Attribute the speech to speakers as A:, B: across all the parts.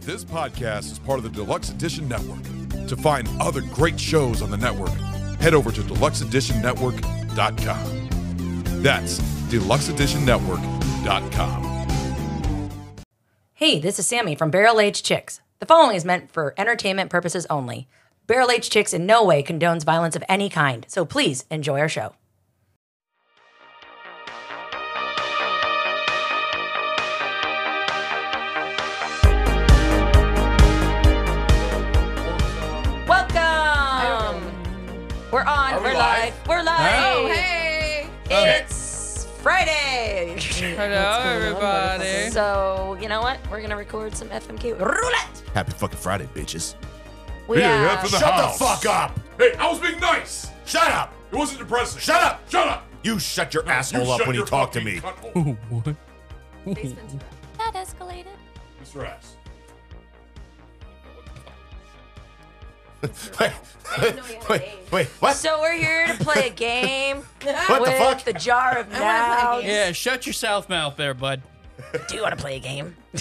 A: This podcast is part of the Deluxe Edition Network. To find other great shows on the network, head over to deluxeeditionnetwork.com. That's deluxeeditionnetwork.com.
B: Hey, this is Sammy from Barrel Age Chicks. The following is meant for entertainment purposes only. Barrel Age Chicks in no way condones violence of any kind, so please enjoy our show. Welcome! We're on,
A: we
B: we're
A: live?
B: live, we're live!
C: Oh, hey!
B: It's Friday!
C: Hello, everybody.
B: so, you know what? We're gonna record some FMK roulette!
D: Happy fucking Friday, bitches.
B: We have-
D: Shut the fuck up.
A: Hey, I was being nice!
D: Shut up.
A: It wasn't depressing.
D: Shut up.
A: Shut up!
D: You shut your asshole up when you talk to me.
E: That escalated.
A: Mr. Ass.
D: wait, wait, wait, what?
B: So we're here to play a game
D: the
B: with
D: fuck?
B: the jar of now. Do
C: Yeah, shut your south mouth there, bud.
B: you want to play a game?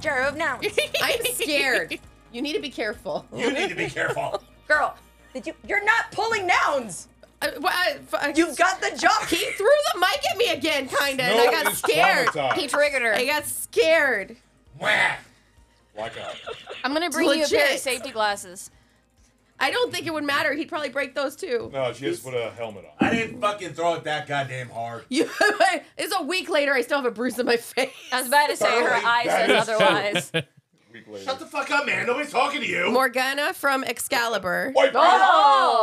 B: jar of now.
F: I'm scared. You need to be careful.
A: You need to be careful.
B: Girl, did you? You're not pulling nouns.
F: I, well, I, f-
B: You've got the jar.
F: He threw the mic at me again, kinda, and I got scared.
E: He triggered her.
F: I got scared.
A: Like a.
E: I'm gonna bring you a pair of
F: legit.
E: safety glasses.
F: I don't think it would matter. He'd probably break those too.
A: No, Uh, she just put a helmet on.
D: I didn't fucking throw it that goddamn hard.
F: You, it's a week later. I still have a bruise on my face.
E: I was about to say her
D: Darling,
E: eyes
D: that
E: said
D: is so-
E: otherwise.
A: Week later.
D: Shut the fuck up, man. Nobody's talking to you.
F: Morgana from Excalibur.
A: White people.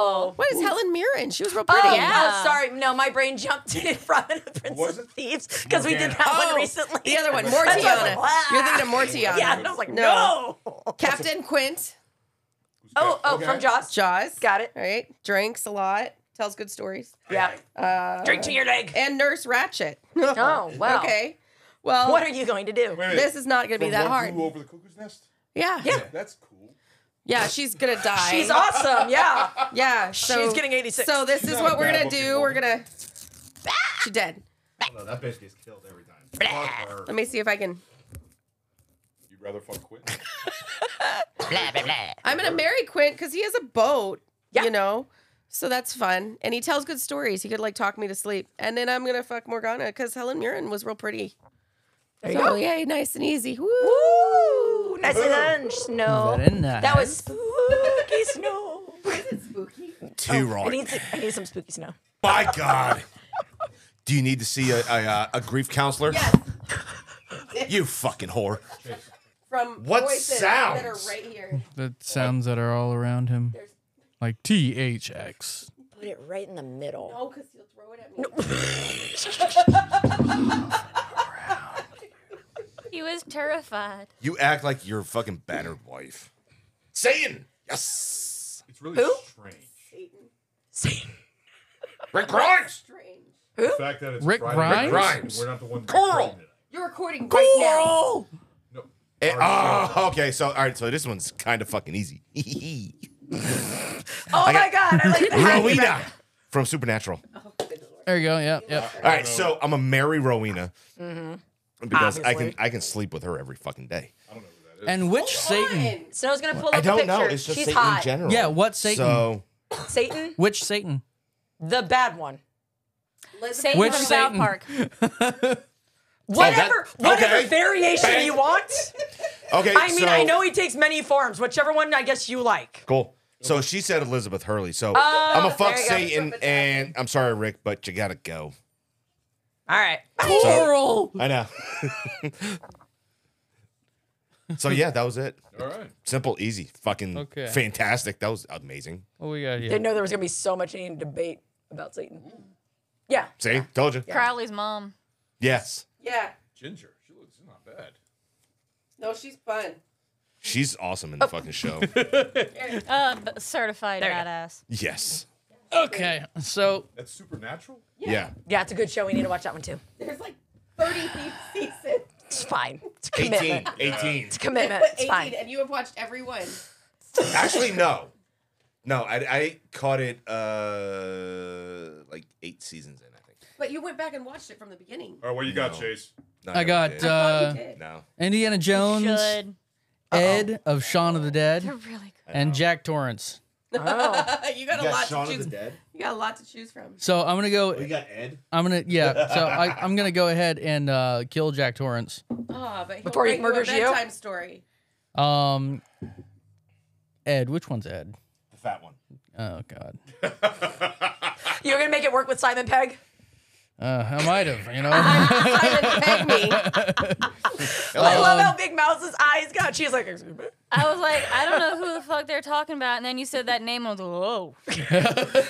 B: Oh.
F: What is Helen Mirren? She was real
B: Oh,
F: pretty.
B: no,
E: Yeah.
B: sorry. No, my brain jumped in front of the Princess
A: Was it?
B: of Thieves because we did
A: Morgana.
B: that one
F: Oh,
B: recently.
F: The other one,
B: That's why I was
F: Mortiana.
B: like, "Wow."
F: You're thinking of Mortiana.
B: Yeah, and I was like, no.
F: No. Captain Quint.
B: Oh, oh, from Jaws.
F: Jaws.
B: Got it.
F: All right. Drinks a lot. Tells good stories.
B: Yeah. Drink to your leg.
F: And Nurse Ratchet.
B: Oh, wow.
F: Okay. Well,
B: What are you going to do?
A: Wait a minute.
F: this is not going to be
A: From
F: that
A: One
F: hard.
A: Flew Over the Cuckoo's Nest?
F: Yeah.
B: Yeah.
A: That's cool.
F: Yeah, she's going to die.
B: She's awesome. Yeah.
F: Yeah. So,
B: She's getting 86.
F: So this is
A: not a
F: what we're
A: bad
F: going to
A: looking
F: do. We're
A: woman.
F: going to. She dead.
D: Oh, No, that bitch gets killed every time. Fuck her.
F: Let me see if I can.
A: You'd rather fuck quit?
F: I'm going to marry Quint because he has a boat,
B: Yeah.
F: you know? So that's fun. And he tells good stories. He could like talk me to sleep. And then I'm going to fuck Morgana because Helen Mirren was real pretty.
B: There
F: so, oh, yay, nice and easy. Woo.
B: Ooh, nicely done, snow.
C: Very nice.
B: That was spooky snow.
D: Too
B: Oh, I
D: wrong.
B: need, some, I need some spooky snow.
D: By God. Do you need to see a, a, uh, a grief counselor?
F: Yes.
D: You fucking whore.
F: From
D: What
F: voices that are
D: sounds?
F: right here.
G: the sounds that are all around him. Like THX.
B: Put it right in the middle.
F: Oh, because he'll throw it at me.
E: He was terrified.
D: You act like your fucking battered wife. Satan. Yes.
A: It's really
B: Who?
A: strange.
B: Satan.
D: Rick Grimes.
F: Strange.
A: The fact that it's
G: Rick
A: Friday night,
G: Grimes?
D: Rick Grimes.
A: We're not the one.
D: Coral.
F: You're recording right now.
A: No.
D: Eh, oh, okay. So, all right. So this one's kind of fucking easy.
B: Oh my god, I like that.
D: Rowena from Supernatural. All
G: There you go. Yeah. Yep.
D: right. So I'm gonna marry Rowena because I can
B: Mm-hmm. Obviously.
D: I can sleep with her every fucking day.
G: And which Satan?
B: Snow's gonna pull up
D: I
B: a
D: don't
B: picture.
D: know. It's just
B: She's
D: Satan
B: hot.
D: in general.
G: Yeah. What Satan?
D: So
B: Satan,
G: which Satan?
B: the bad one.
E: Satan
G: Which
E: from South
G: Satan?
E: Park.
B: Whatever,
D: that- okay.
B: whatever variation
D: Bang.
B: you want.
D: okay.
B: I mean,
D: so-
B: I know he takes many forms. Whichever one I guess you like.
D: Cool. So she said Elizabeth Hurley. So I'm gonna fuck
B: Oh, there you go.
D: Satan, and I'm sorry, Rick, but you gotta go.
B: All right.
D: Coral. I know. so yeah, that was it.
A: All right.
D: Simple, easy, fucking
G: Okay.
D: fantastic. That was amazing.
G: What we got here?
B: Didn't know there was gonna be so much in debate about Satan. Yeah.
D: See, told you.
E: Crowley's mom.
D: Yes,
F: Yeah.
A: Ginger. She looks she's not bad.
F: No, she's fun.
D: she's awesome in the fucking show.
E: Uh, b- certified badass.
D: yes.
G: Okay. So
A: That's supernatural.
D: Yeah.
B: Yeah, it's a good show. We need to watch that one too.
F: There's like 30 se- seasons.
B: It's fine. It's a
D: 18.
B: commitment.
D: 18.
B: It's a commitment. It's
F: 18,
B: fine.
F: and you have watched every one.
D: Actually, no. No, I, I caught it uh like eight seasons in, I think.
F: But you went back and watched it from the beginning.
A: Oh,
F: Oh,
H: All right, what you got,
D: No.
H: Chase?
D: No,
G: I
D: never
G: got
D: did.
G: uh,
F: you did.
D: no.
G: Indiana Jones,
E: Should.
G: Ed of Shaun of the
E: They're
G: Dead,
E: really good.
G: and Jack Torrance.
F: you got a
I: You
F: lot
I: got Shaun
F: to
I: of the
F: choose.
I: Dead.
F: You got a lot to choose from.
G: So I'm gonna go.
I: We got Ed.
G: I'm gonna yeah. So I, I'm gonna go ahead and uh, kill Jack Torrance.
F: Oh, but he'll
B: Before he
F: write you a
B: murders you?
F: bedtime story.
G: Um, Ed, which one's Ed?
I: The fat one.
G: Oh God,
B: You're gonna make it work with Simon Pegg.
G: uh, I might have. You know,
F: Simon Pegg me.
B: I
D: Oh,
B: love how Big Mouse's eyes got. She's like, "Excuse me."
E: I was like, I don't know who the fuck they're talking about, and then you said that name. I was like, whoa.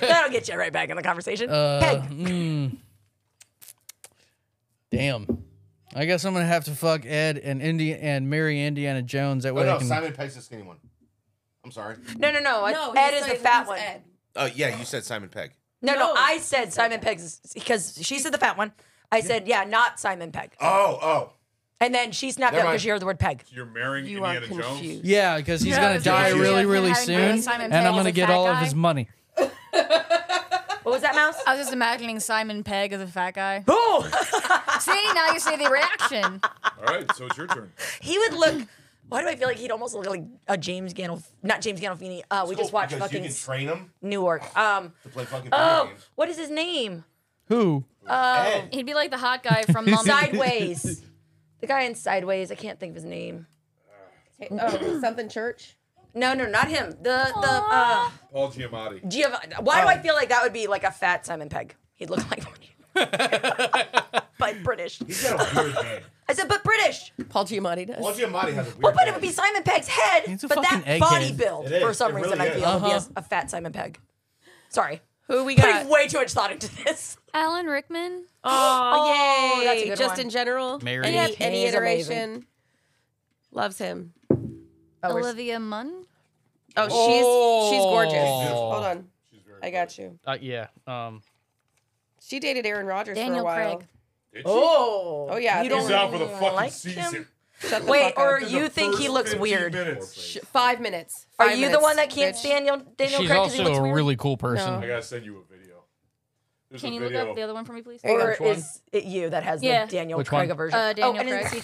B: that'll get you right back in the conversation.
G: uh,
B: Peg,
G: mm. damn. I guess I'm gonna have to fuck Ed and Indi- and marry Indiana Jones. That way
I: Oh
G: I
I: no,
G: can.
I: Simon Pegg's the skinny one. I'm sorry.
B: no, no, no.
F: No,
B: Ed
F: he's
B: is the
F: like,
B: fat
F: who's
B: one.
F: Ed?
D: Oh yeah, you said Simon Pegg.
B: No, no,
F: No.
B: I said Simon Pegg's because she said the fat one. I said, yeah, not Simon Pegg.
I: Oh, oh.
B: And then she snapped
I: Never
B: up
I: mind.
B: because she heard the word Peg.
H: You're marrying
J: You are
H: Indiana
J: confused.
H: Jones.
G: Yeah, because he's
E: Yeah,
G: gonna
E: it's
G: die
E: gonna be
G: really,
E: like
G: really
E: having
G: soon,
E: Simon
G: and
E: Pegg
G: I'm
E: as
G: gonna
E: a
G: get
E: fat
G: all of
E: guy.
G: his money.
B: What was that mouse?
E: I was just imagining Simon Pegg as a fat guy.
B: Boo!
E: see, now you see the reaction.
H: All right, so it's your turn.
B: he would look. Why do I feel like he'd almost look like a James Gandolf? Not James Gandolfini. Uh, we just watched
I: because
B: fucking
I: You can train him
B: Newark. Um,
I: to play fucking video
B: oh,
I: games.
B: what is his name?
G: Who?
D: oh.
I: Ed.
E: He'd be like the hot guy from Mom.
B: Sideways. the guy in Sideways. I can't think of his name.
F: Hey, Oh, something church.
B: No, no, not him. The the uh,
H: Paul Giamatti.
B: Giovanni. Why
I: Oh.
B: do I feel like that would be like a fat Simon Pegg? He'd look like one. but British.
I: He's got a weird head.
B: I said, but British.
F: Paul Giamatti does.
I: Paul Giamatti has a weird
B: Well, but
I: head.
B: it would be Simon Pegg's head,
G: He's a
B: but that
G: fucking
B: body
G: egghead. Uh-huh.
B: build
I: It is.
B: for some
I: It
B: reason
I: really
B: I
I: is.
B: feel would be a, a fat Simon Pegg. Sorry,
F: Who we got?
B: putting way too much thought into this.
E: Alan Rickman.
F: Oh,
B: Oh,
F: yay!
B: that's a good
F: Just
B: one.
F: in general,
G: Mary.
F: any,
G: Yep.
F: any
B: He's amazing.
F: iteration loves him.
B: Oh, we're-
E: Olivia Munn.
F: Oh, she's she's gorgeous. Hold on, I got you.
G: Uh, yeah. Um.
F: She dated Aaron Rodgers for a
E: Daniel
F: while.
E: Craig.
H: Did you?
B: oh,
F: Oh, yeah,
B: You
F: there's-
H: He's
B: don't
H: out for the fucking
B: like
H: season.
B: him?
F: Shut the
B: Wait,
F: fuck
B: or
F: up.
H: In the
B: you think he
H: first
B: looks
H: 15
B: weird?
H: minutes.
F: Sh- five minutes.
B: Are
F: Five
B: you the
F: minutes,
B: one that can't
F: bitch.
B: stand Daniel, Daniel
G: She's
B: Craig? 'cause he
G: also
B: looks
G: a
B: weird?
G: really cool person.
H: I gotta send you a video. There's
E: Can
H: a
E: you look
H: video.
E: up the other one for me, please?
F: you
B: Or
F: go.
G: Which one?
B: is it you that has
E: Yeah.
B: the Daniel
G: Which
B: Craig
G: one?
B: version?
E: Uh, Daniel
B: and it's-
E: Craig.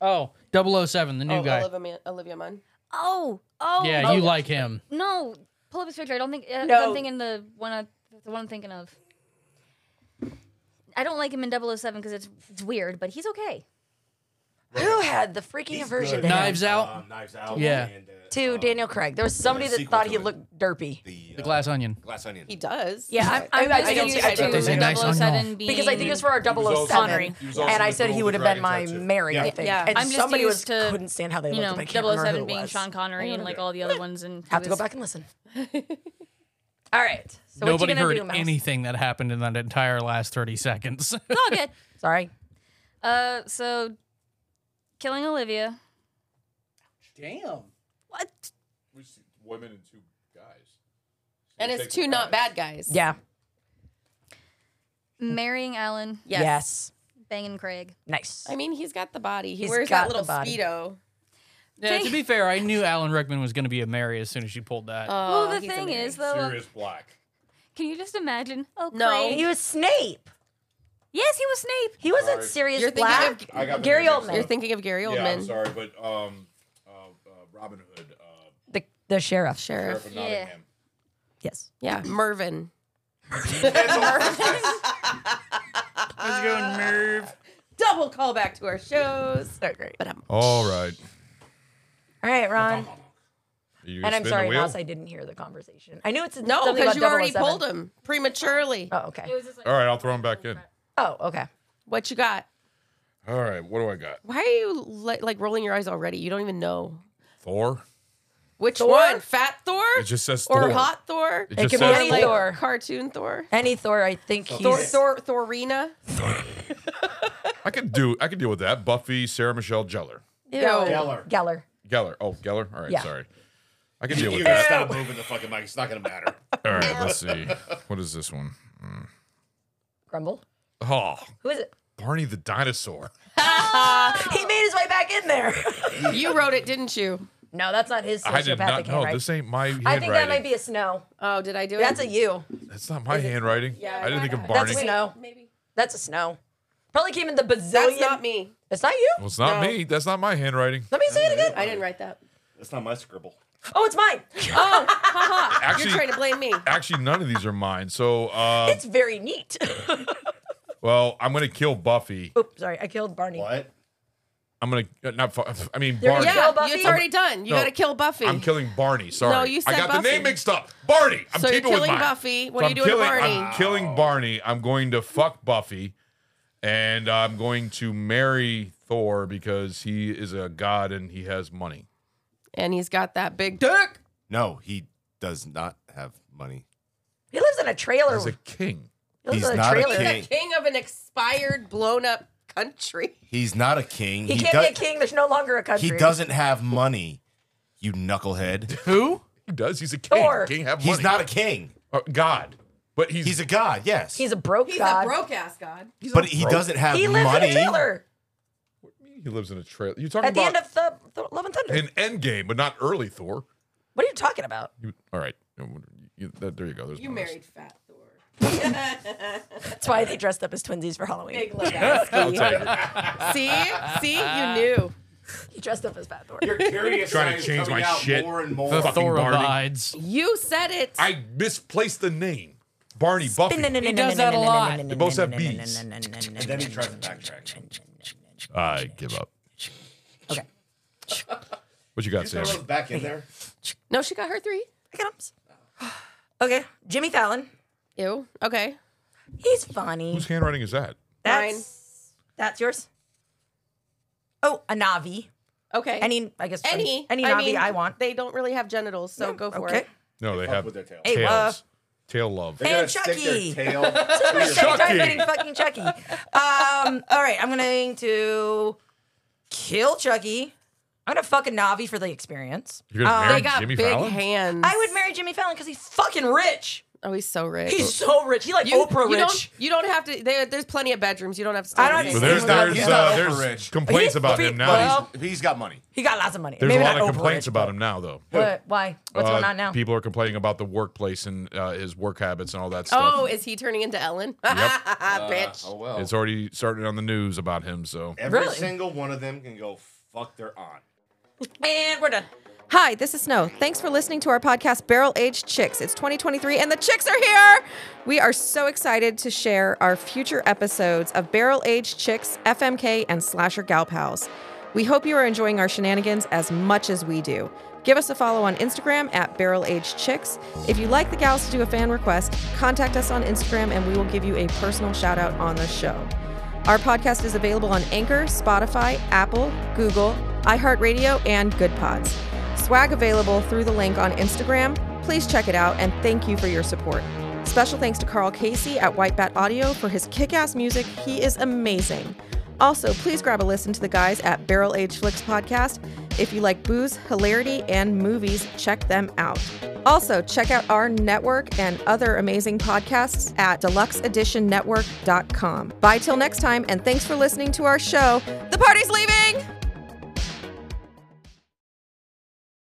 G: Oh, 007, the new
F: Oh,
G: guy.
F: Olivia, Man- Olivia Munn.
E: Oh, oh.
G: Yeah, you like him.
E: No, pull up his picture. I don't think. Uh,
B: No.
E: I'm thinking the one. I, the one I'm thinking of. I don't like him in 007 because it's it's weird, but he's okay.
B: Who had the freaking aversion to, him?
G: Knives Out?
I: Um, knives out.
G: Yeah.
I: And, uh,
B: to
I: um,
B: Daniel Craig? There was somebody that
I: sequel
B: thought
I: to
B: he
I: it.
B: looked derpy.
I: The,
G: The
I: uh,
G: glass onion.
I: glass onion.
F: He does.
E: Yeah,
B: I-
E: I'm,
B: I
E: I'm
B: don't
E: used
B: see- I don't
E: to
B: think so.
E: 007 being
B: Because I think it was for our
H: was also-
B: 007,
H: he was also
B: and I
H: with
B: said he
H: Girl
B: would
H: with
B: have
H: the
B: been my
H: Dragon Tattoo.
B: Mary, I
I: Yeah.
B: think.
F: Yeah.
B: And
E: I'm just
B: somebody was
E: used to,
B: couldn't stand how they
E: you
B: looked.
E: know
B: but I can't remember
E: 007
B: who it
E: being
B: was.
E: Sean Connery and like all the other ones and
B: Have to
E: it
B: go
E: was-
B: back and listen. All right. So what
G: Nobody
B: you gonna
G: heard
B: do, Mouse?
G: anything that happened in that entire last 30 seconds.
E: It's all good.
B: Sorry.
E: Oh, Uh, so killing Olivia.
G: Damn.
E: What?
H: We see women and two guys. So
F: And
H: you
F: it's
H: take
F: two
H: the
F: not
H: guys.
F: bad guys.
B: Yeah.
E: Marrying Alan,
B: Yes.
F: Yes.
E: banging Craig.
B: Nice.
F: I mean, he's got the body. He
B: He's
F: wears
B: got
F: that little
B: the body.
F: speedo.
G: Yeah, to be fair, I knew Alan Rickman was going to be a Mary as soon as she pulled that.
B: Oh,
E: well, the
F: he's
E: thing
F: amazing.
E: is though,
H: Sirius Black.
E: can you just imagine? Oh,
F: No.
E: Craig.
B: he was Snape.
E: Yes, he was Snape.
B: He wasn't
H: Sorry.
B: serious
F: You're thinking
B: black.
F: of-
H: I got the
B: Gary
H: name mixed
B: Oldman.
H: up.
F: You're thinking of Gary Oldman.
H: Yeah, I'm sorry, but um, uh, uh, Robin Hood, uh,
B: the, the sheriff.
F: Sheriff.
H: Sheriff of
E: Yeah.
H: Nottingham.
B: Yes.
F: Yeah, Mervin.
G: How's it going, Merv?
F: Double callback to our shows.
B: So great.
F: But I'm
A: All right.
B: All right,
A: Are
B: Ron.
A: you
B: And
A: gonna
B: I'm
A: spin
B: sorry,
A: the wheel?
B: Mouse, I didn't hear the conversation. I knew it's
F: no,
B: something
F: because
B: about
F: you already
B: 007.
F: pulled him prematurely.
B: Oh, okay.
A: All right, I'll throw him back in.
B: Oh, okay.
F: What you got?
A: All right, what do I got?
F: Why are you li- like rolling your eyes already? You don't even know
A: Thor.
F: which
B: Thor?
F: one. Fat Thor
A: It just says
F: or
A: Thor.
F: hot Thor?
A: It just
B: could be
A: says
B: any
A: Thor.
B: Thor.
F: Cartoon Thor.
B: Any Thor, I think he's
F: Thor, Thor, Thorina.
A: I could do. I could deal with that. Buffy, Sarah Michelle Gellar,
I: Geller.
B: Geller.
A: Geller. Oh, Geller. All right,
B: Yeah.
A: sorry. I can deal
I: You
A: with
I: gotta
A: that.
I: stop moving the fucking mic. It's not gonna matter.
A: All right, let's see. What is this one?
B: Grumble.
A: Oh,
B: Who is it?
A: Barney the dinosaur.
B: He made his way back in there.
F: You wrote it, didn't you?
B: no, that's not his
A: I did not
B: sociopathic
A: know.
B: handwriting.
A: This ain't my handwriting.
B: I think that might be a snow.
F: Oh, did I do it?
B: That's a you.
A: That's not my handwriting. I didn't think of
B: That's
A: Barney.
B: a snow.
F: Maybe.
B: That's a snow. Probably came in the bazillion.
F: That's not me.
B: It's not you.
A: Well, it's not
F: No.
A: me. That's not my handwriting.
B: Let me say it again.
F: I didn't write that.
I: That's not my scribble.
B: Oh, it's mine.
F: Oh, haha.
A: Actually-
F: You're trying to blame me.
A: Actually, none of these are mine. So, uh,
B: It's very neat.
A: well, I'm gonna kill Buffy.
B: Oops, sorry, I killed Barney.
I: What?
A: I'm gonna uh, not. Fu- I mean,
B: There you
A: Barney.
B: go.
F: Yeah,
B: Buffy?
F: it's already done. You
A: No.
F: got to kill Buffy.
A: I'm killing Barney. Sorry,
F: No, you said
A: I got the
F: Buffy.
A: name mixed up. Barney. I'm
F: So you're
A: keeping with
F: killing
A: mine.
F: Buffy. What
A: So
F: are you doing to
A: I'm killing,
F: Barney?
A: I'm killing Barney. I'm going to fuck Buffy, and I'm going to marry Thor because he is a god and he has money.
F: and he's got that big dick.
D: No, he does not have money.
B: He lives in a trailer.
A: As a king,
B: he lives
D: he's
B: in a
D: not a
B: trailer.
D: king.
F: King of an expired, blown up country.
D: He's not a king.
B: He, can't be a king. There's no longer a country.
D: He doesn't have money. You knucklehead.
G: Who?
A: he does. He's a king.
B: Thor.
A: King have money.
D: He's not a king.
A: Uh, god, but he's,
D: He's a god. Yes.
B: He's a broke
F: He's
B: god.
F: a broke ass god.
D: but he doesn't have
B: he lives
D: money.
B: in a trailer
A: he lives in a trailer. You're talking
B: at the
A: about
B: end of the, the Love and Thunder.
A: an end game, but not early Thor.
B: what are you talking about?
A: You- all right, You- you- that- there you go. There's
F: You
A: my list.
F: married Fat Thor.
B: That's why they dressed up as twinsies for Halloween.
F: Big Lebowski.
A: I'll take it.
F: See, see, you knew.
B: He dressed up as Fat Thor.
I: Your curious
A: Trying to
I: science
A: change
I: coming
A: my
I: out
A: shit.
I: More and more.
G: The
A: Fucking Barney.
G: Thorobides.
F: You said it.
A: I misplaced the name. Barney Buffy.
B: He
G: does that a lot.
A: They both have bees.
I: and then he tries to backtrack.
A: I give up.
B: Okay.
A: What you got,
I: Throw
A: Sam?
I: those back in there.
F: no, she got her three.
B: I got 'em. Okay, Jimmy Fallon.
F: Ew. Okay.
B: He's funny.
A: Whose handwriting is that?
B: That's
F: Mine.
B: that's yours. Oh, a Navi.
F: Okay.
B: Any, I guess
F: any,
B: any Navi I, want.
F: They don't really have genitals, so go for
B: okay.
F: it.
A: No, they
I: Fuck
A: have
I: with their tail.
B: Hey, uh,
A: tails. Tail love.
I: They're gonna
B: and
I: stick
B: Chucky.
I: their tail.
B: Somebody said try
A: Chucky.
B: fighting fucking Chucky. Um, all right, I'm going to kill Chucky. I'm gonna fuck a Navi for the experience.
A: You're gonna
F: Oh, They
A: marry
F: got
A: Jimmy
F: big
A: Fallon?
F: hands.
B: I would marry Jimmy Fallon because he's fucking rich.
F: Oh, he's so rich.
B: He's
A: Uh,
B: so rich. He like
F: you,
B: Oprah rich.
F: you Don't, you don't have to. There, there's plenty of bedrooms. You don't have to. Stay
B: I don't
F: in the
B: have
A: Well,
B: to
F: same
A: there's
B: He's
A: there's,
D: not
A: uh,
D: Oprah
A: there's
D: rich.
A: complaints about him now.
B: Well,
I: He's got money.
B: he got lots of money.
A: there's
B: Maybe
A: a lot
B: not
A: of
B: Oprah
A: complaints
B: rich,
A: about
B: but-
A: him now, though.
B: What? Why? What's
A: Uh,
B: going on now?
A: People are complaining about the workplace and uh, his work habits and all that stuff.
F: Oh, is he turning into Ellen? Bitch.
I: Oh well.
A: It's already started on the news about him. So
I: Every
B: Really?
I: single one of them can go fuck their aunt.
B: And we're done.
F: Hi, this is Snow. Thanks for listening to our podcast, Barrel Aged Chicks. It's 2023 and the chicks are here. We are so excited to share our future episodes of Barrel Aged Chicks, FMK, and Slasher Gal Pals. We hope you are enjoying our shenanigans as much as we do. Give us a follow on Instagram at Barrel Aged Chicks. If you'd like the gals to do a fan request, contact us on Instagram and we will give you a personal shout out on the show. Our podcast is available on Anchor, Spotify, Apple, Google, iHeartRadio, and Good Pods. Swag available through the link on Instagram. Please check it out and thank you for your support. Special thanks to Carl Casey at White Bat Audio for his kick ass music. He is amazing. Also, please grab a listen to the guys at Barrel Age Flicks podcast. If you like booze, hilarity, and movies, check them out. Also, check out our network and other amazing podcasts at deluxeeditionnetwork.com. Bye till next time, and thanks for listening to our show. The party's leaving!